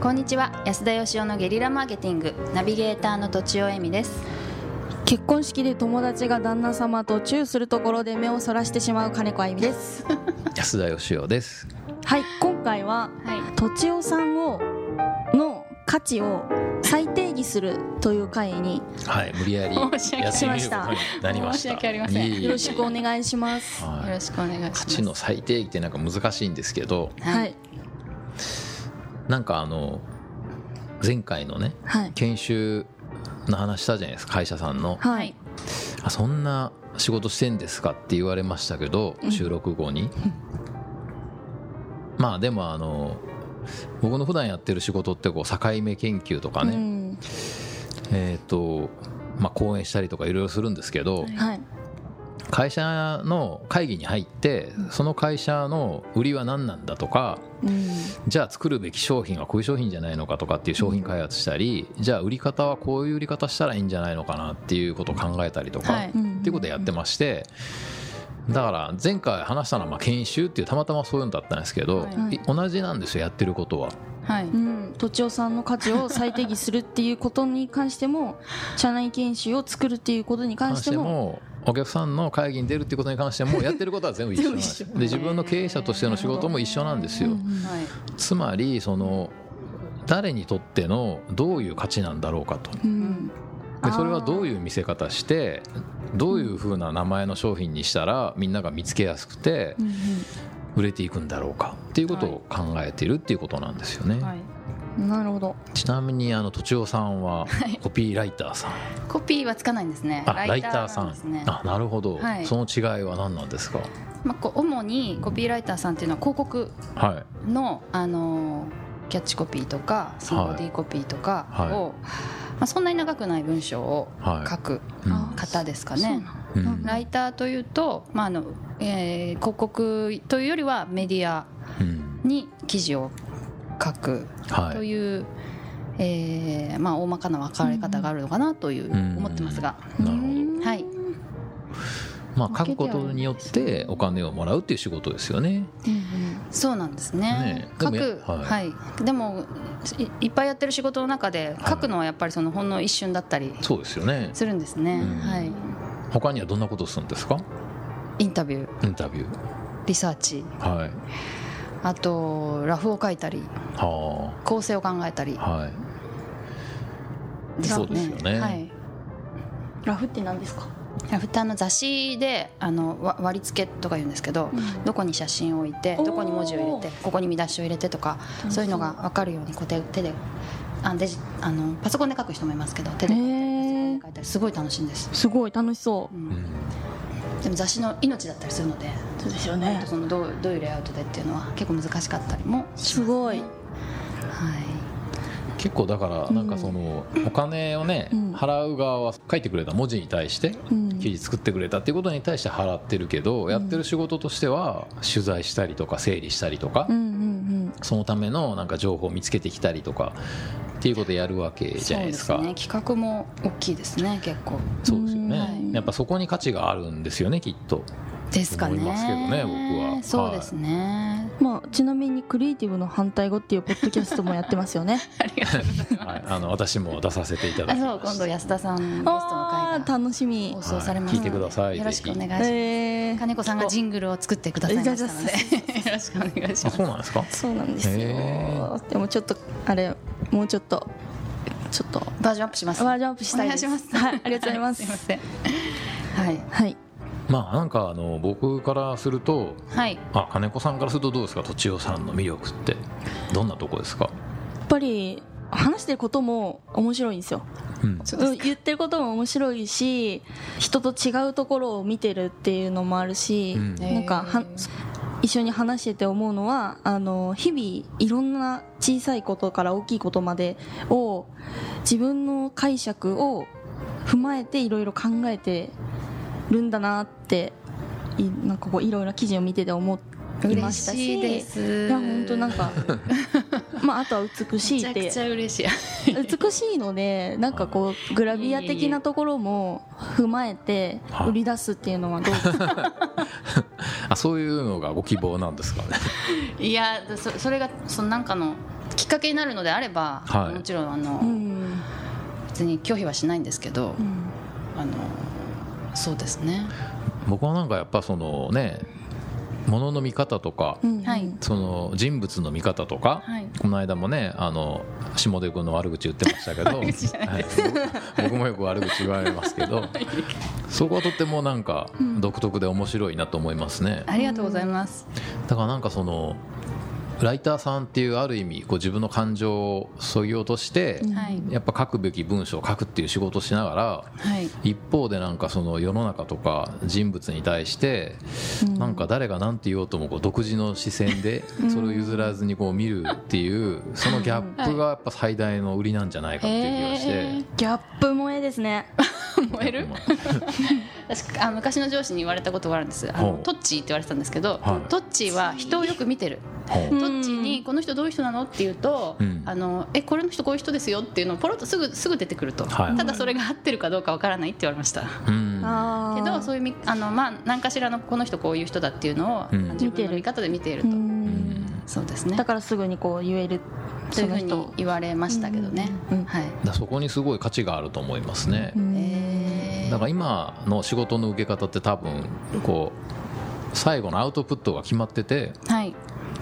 こんにちは安田義雄のゲリラマーケティングナビゲーターのとちおえみです結婚式で友達が旦那様とチューするところで目をそらしてしまう金子あゆみです安田義雄です。はい今回ははいとちおさんをの価値を再定義するという会にはい、無理やり申し訳やってみしるこまとになりました。申し訳ありませんいえいえよろしくお願いしますはいよろしくお願いします価値の最定義ってなんか難しいんですけど、ははいいなんかあの前回のねはい研修の話したじゃないですか会社さんのはいあそんな仕事してんですかって言われましたけどうん収録後に、まあでもあの僕の普段やってる仕事ってこう境目研究とかうね、んえっ、とまあ講演したりとかいろいろするんですけど、はいはい会社の会議に入ってその会社の売りは何なんだとかうんじゃあ作るべき商品はこういう商品じゃないのかとかっていう商品開発したりじゃあ売り方はこういう売り方したらいいんじゃないのかなっていうことを考えたりとか、はいっていうことをやってまして。だから前回話したのはまあ研修っていうたまたまそういうのだったんですけど、はいい同じなんですよやってることははいうん、とちおさんの価値を再定義するっていうことに関しても社内研修を作るっていうことに関してもお客さんの会議に出るっていうことに関してもやってることは全部一緒なんです全で部一緒自分の経営者としての仕事も一緒なんですよ、うんうんはいつまりその誰にとってのどういう価値なんだろうかとうんでそれはどういう見せ方してどういうふうな名前の商品にしたらみんなが見つけやすくてうんうん売れていくんだろうかっていうことを考えているっていうことなんですよね、はいなるほどちなみにあのとちおさんはコピーライターさん、コピーはつかないんですねあライターさなんんですねあなるほど、はいその違いは何なんですかまあこう主にコピーライターさんっていうのは広告はいのあのーキャッチコピーとかシンボディーコピーとかを、はいまあ、そんなに長くない文章をはい書くうんあ方ですかそね、うなうなんんライターというと、まああのえー広告というよりはメディアうんに記事を書くはといいう、えーまあ、大まかな分かれ方があるのかなといううん思ってますが、なるほどのはい、まあ書くことによってお金をもらうっていう仕事ですよねうんそうなんですねねえ書でもく、やははいでもいいっぱいやってる仕事の中で書くのはやっぱりそのほんの一瞬だったりそうですよねするんですね、うんはい、他にはどんなことするんですかインタビューインタビューリサーチはいあとラフを書いたりは構成を考えたりあはいですねそうですよねはいうんラフって何ですか、ラフターの雑誌であのわ割り付けとか言うんですけど、どこに写真を置いておーどこに文字を入れてここに見出しを入れてとかそういうのが分かるようにこう手手であデジあのパソコンで書く人もいますけど手でへ書いたりパソコンでえ書いたりすごい楽しいんです、、すごい楽しそううんうんんでも雑誌の命だったりするのでそうですよねそのどうどういうレイアウトでっていうのは結構難しかったりもしますすごいは結構だからなんかそのお金をねうん払う側は書いてくれた文字に対してうん記事作ってくれたっていうことに対して払ってるけどやってる仕事としては取材したりとか整理したりとかうんうんそのためのなんか情報を見つけてきたりとかっていうことやるわけいじゃないですそかうですね企画も大きいですね結構そうですようんはねいやっぱそこに価値があるんですよねきっとですかね思いますけどね僕はそうですね、うんまあちなみにクリエイティブの反対語っていうポッドキャストもやってます よねありがとうございますはいあの私も出させていただあきそうま今し度た安田さんゲストのあ会ーが楽しみ放送されますはい聞いてくださいよろしくお願いします、えー金子さんがジングルを作ってくださいましたのでよろしくお願いしあますそうなんですかそうなんですへよでもちょっとあれもうちょっとちょっとバージョンアップしますバージョンアップしたいですお願いしますはいありがとうございます すいませんはいはいまあなんかあの僕からするとはいあ金子さんからするとどうですかとちおさんの魅力ってどんなとこですか、やっぱり話してることも面白いんですようんそうでうすん言ってることも面白いし人と違うところを見てるっていうのもあるし、うんなんかは一緒に話してて思うのはあの日々いろんな小さいことから大きいことまでを自分の解釈を踏まえていろいろ考えてるんだなっていなんかこういろいろ記事を見てて思いま嬉したししいですいや本当なんかか まああとは美しめいちっゃてくちゃ嬉しい美しいのでなんかこ うグラビア的なところも踏まえてはい売り出すっていうのはどうです かあそういうのがご希望なんですかねいやそそれがそのなんかの企きっかけになるのであれば、はいもちろんあの、うん別に拒否はしないんですけど、うんあのそうですね 僕はなんかやっぱそのねものの見方とか、うんはいその人物の見方とか、はいこの間もねあの下出君の悪口言ってましたけど、 悪口じゃないはい僕もよく悪口言われますけどそこはとってもなんか独特で面白いなと思いますね。ありがとうございます、だからなんかそのライターさんっていうある意味こう自分の感情をそぎ落として、うんはいやっぱ書くべき文章を書くっていう仕事をしながらはい一方でなんかその世の中とか人物に対してうんなんか誰が何て言おうともこう独自の視線でうんそれを譲らずにこう見るっていうそのギャップがやっぱ最大の売りなんじゃないかっていう気がして。ギャップ萌えですね燃える私あ昔の上司に言われたことがあるんですあほのうトッチーって言われてたんですけど、はいトッチーは人をよく見てるほトううんッチーに「この人どういう人なの?」って言うと「うんあのえこれの人こういう人ですよ」っていうのをポロッとすぐすぐ出てくると、はいただそれが合ってるかどうかわからないって言われましたうんあけーどそういうみあの、まあ、何かしらのこの人こういう人だっていうのを、うん自分の見方で見ていると、うんうんそうですねだからすぐにこう言えるというふうにその人言われましたけどね、うんうんはい、だからそこにすごい価値があると思いますね。うんえーだから今の仕事の受け方って多分こう最後のアウトプットが決まっててはい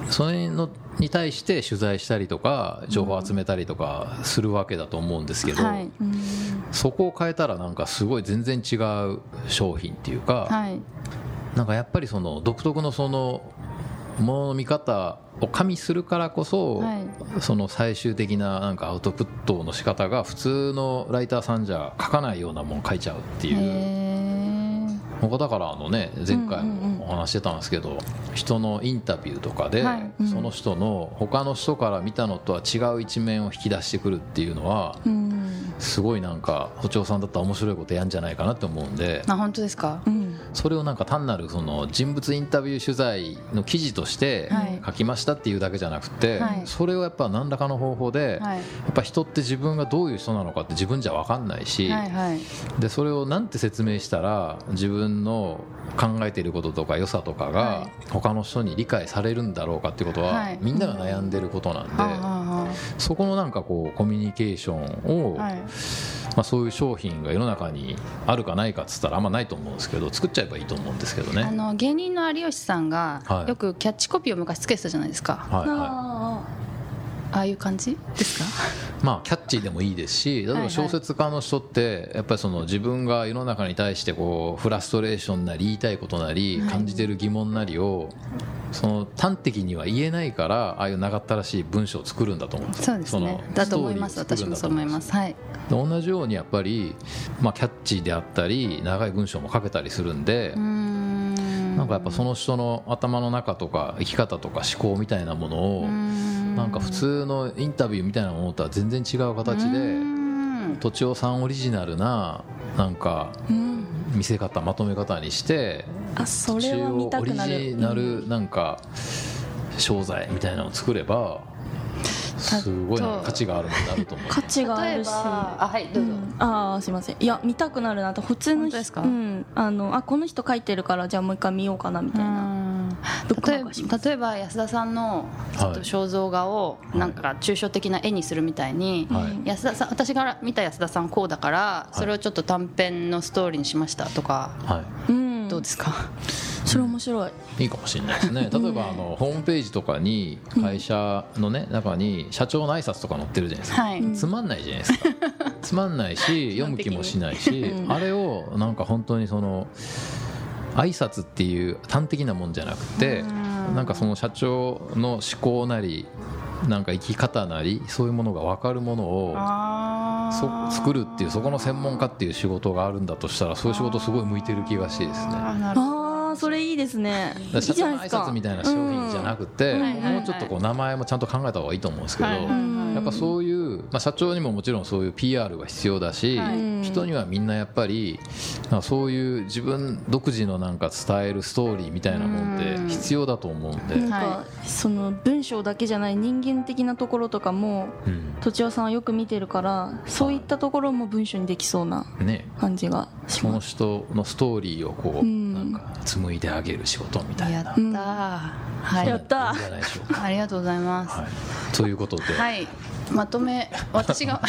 それのに対して取材したりとか情報を集めたりとかするわけだと思うんですけど、はいうんそこを変えたらなんかすごい全然違う商品っていうか、はいなんかやっぱりその独特のそのものの見方を加味するからこそ、はいその最終的ななんかアウトプットの仕方が普通のライターさんじゃ書かないようなもん書いちゃうってへいう。え僕はだからあのね前回うんうんうんもお話ししてたんですけど、人のインタビューとかで、はいうんその人の他の人から見たのとは違う一面を引き出してくるっていうのはうんすごいなんか補聴さんだったら面白いことやんじゃないかなと思うんであ本当ですかうんそれをなんか単なるその人物インタビュー取材の記事としてはい書きましたっていうだけじゃなくて、はいそれをやっぱ何らかの方法で、はいやっぱ人って自分がどういう人なのかって自分じゃ分かんないし、はいはいでそれをなんて説明したら自分の考えていることとか良さとかはがい他の人に理解されるんだろうかっていうことは、はいみんなが悩んでることなんで、はあはそこのなんかこうコミュニケーションを、あはいまあ、そういう商品が世の中にあるかないかっつったらあんまないと思うんですけど作っちゃえばいいと思うんですけどね。あの芸人の有吉さんはがいよくキャッチコピーを昔つけてたじゃないですか、はいはあああいう感じですか い、まあキャッチーでもいいですし例えはいはばい小説家の人ってやっぱりその自分が世の中に対してこうフラストレーションなり言いたいことなりはい感じてる疑問なりをその端的には言えないからああいう長ったらしい文章を作るんだと思うんですそうですねだと思いますストー私リーをも作そうるん思いだとますはいで同じようにやっぱり、まあ、キャッチーであったり長い文章も書けたりするんでうー、んなんかやっぱその人の頭の中とか生き方とか思考みたいなものを、ななんか普通のインタビューみたいなものとは全然違う形ででとちおさんオリジナルななんかーうん見せ方まとめ方にしてあそれは見たオくリなるジナルなんか商材みたいなのを作ればすごいなんか価値があるのになると思う。価値があ例えるしばあはいどうぞ、んああすいませんいや見たくなるなと普通の本人当ですかうん、あのあこの人書いてるからじゃあもう一回見ようかなみたいな、ブックマ例えークしまば例えば安田さんのちょっと肖像画をいなんか抽象的な絵にするみたいに、はい安田さん私が見た安田さんこうだからいそれをちょっと短編のストーリーにしましたとか、はいうん、どうですか、それ面白いいいかもしれないですね例えばあのホームページとかに会社のね中に社長の挨拶とか載ってるじゃないですかはい、うんつまんないじゃないですかつまんないし読む気もしないしうんあれをなんか本当にその挨拶っていう端的なもんじゃなくてうんなんかその社長の思考なりなんか生き方なりそういうものが分かるものをそあー作るっていうそこの専門家っていう仕事があるんだとしたらそういう仕事すごい向いてる気がしてですね。あーなるほどああそれいいですねいい社じゃ長なのいで挨すか拶みたいな商品じゃなくて、うんはいはいはいもうちょっとこう名前もちゃんと考えた方がいいと思うんですけど、はいはいうんはいやっぱそういうまあ、社長にももちろんそういう PR が必要だし、はい人にはみんなやっぱりなんかそういう自分独自のなんか伝えるストーリーみたいなもんってうん必要だと思うんで、なんかその文章だけじゃない人間的なところとかもうんとちおさんはよく見てるからそういったところも文章にできそうなね感じがしそのます人のストーリーをこう、うんなんか紡いであげる仕事みたいやったな、ー、うんはそうやいったなんじゃないでしょうか。ありがとうございますははい、ということで、い、まとめ私 が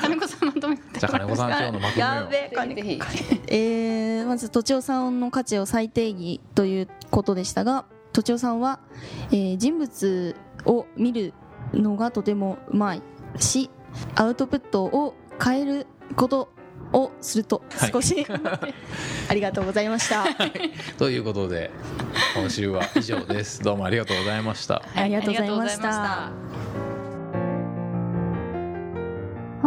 金子さんまとめてじゃあ金子さん今日のまとめをやべえ金ぜ子ひぜひえーまず、とちおさんの価値を再定義ということでしたが、とちおさんは、えー人物を見るのがとてもうまいし、アウトプットを変えることをするとはい少し、 ありがとうございました。ということで今週は以上ですどうもありがとうございましたありがとうございましあたりがとうございました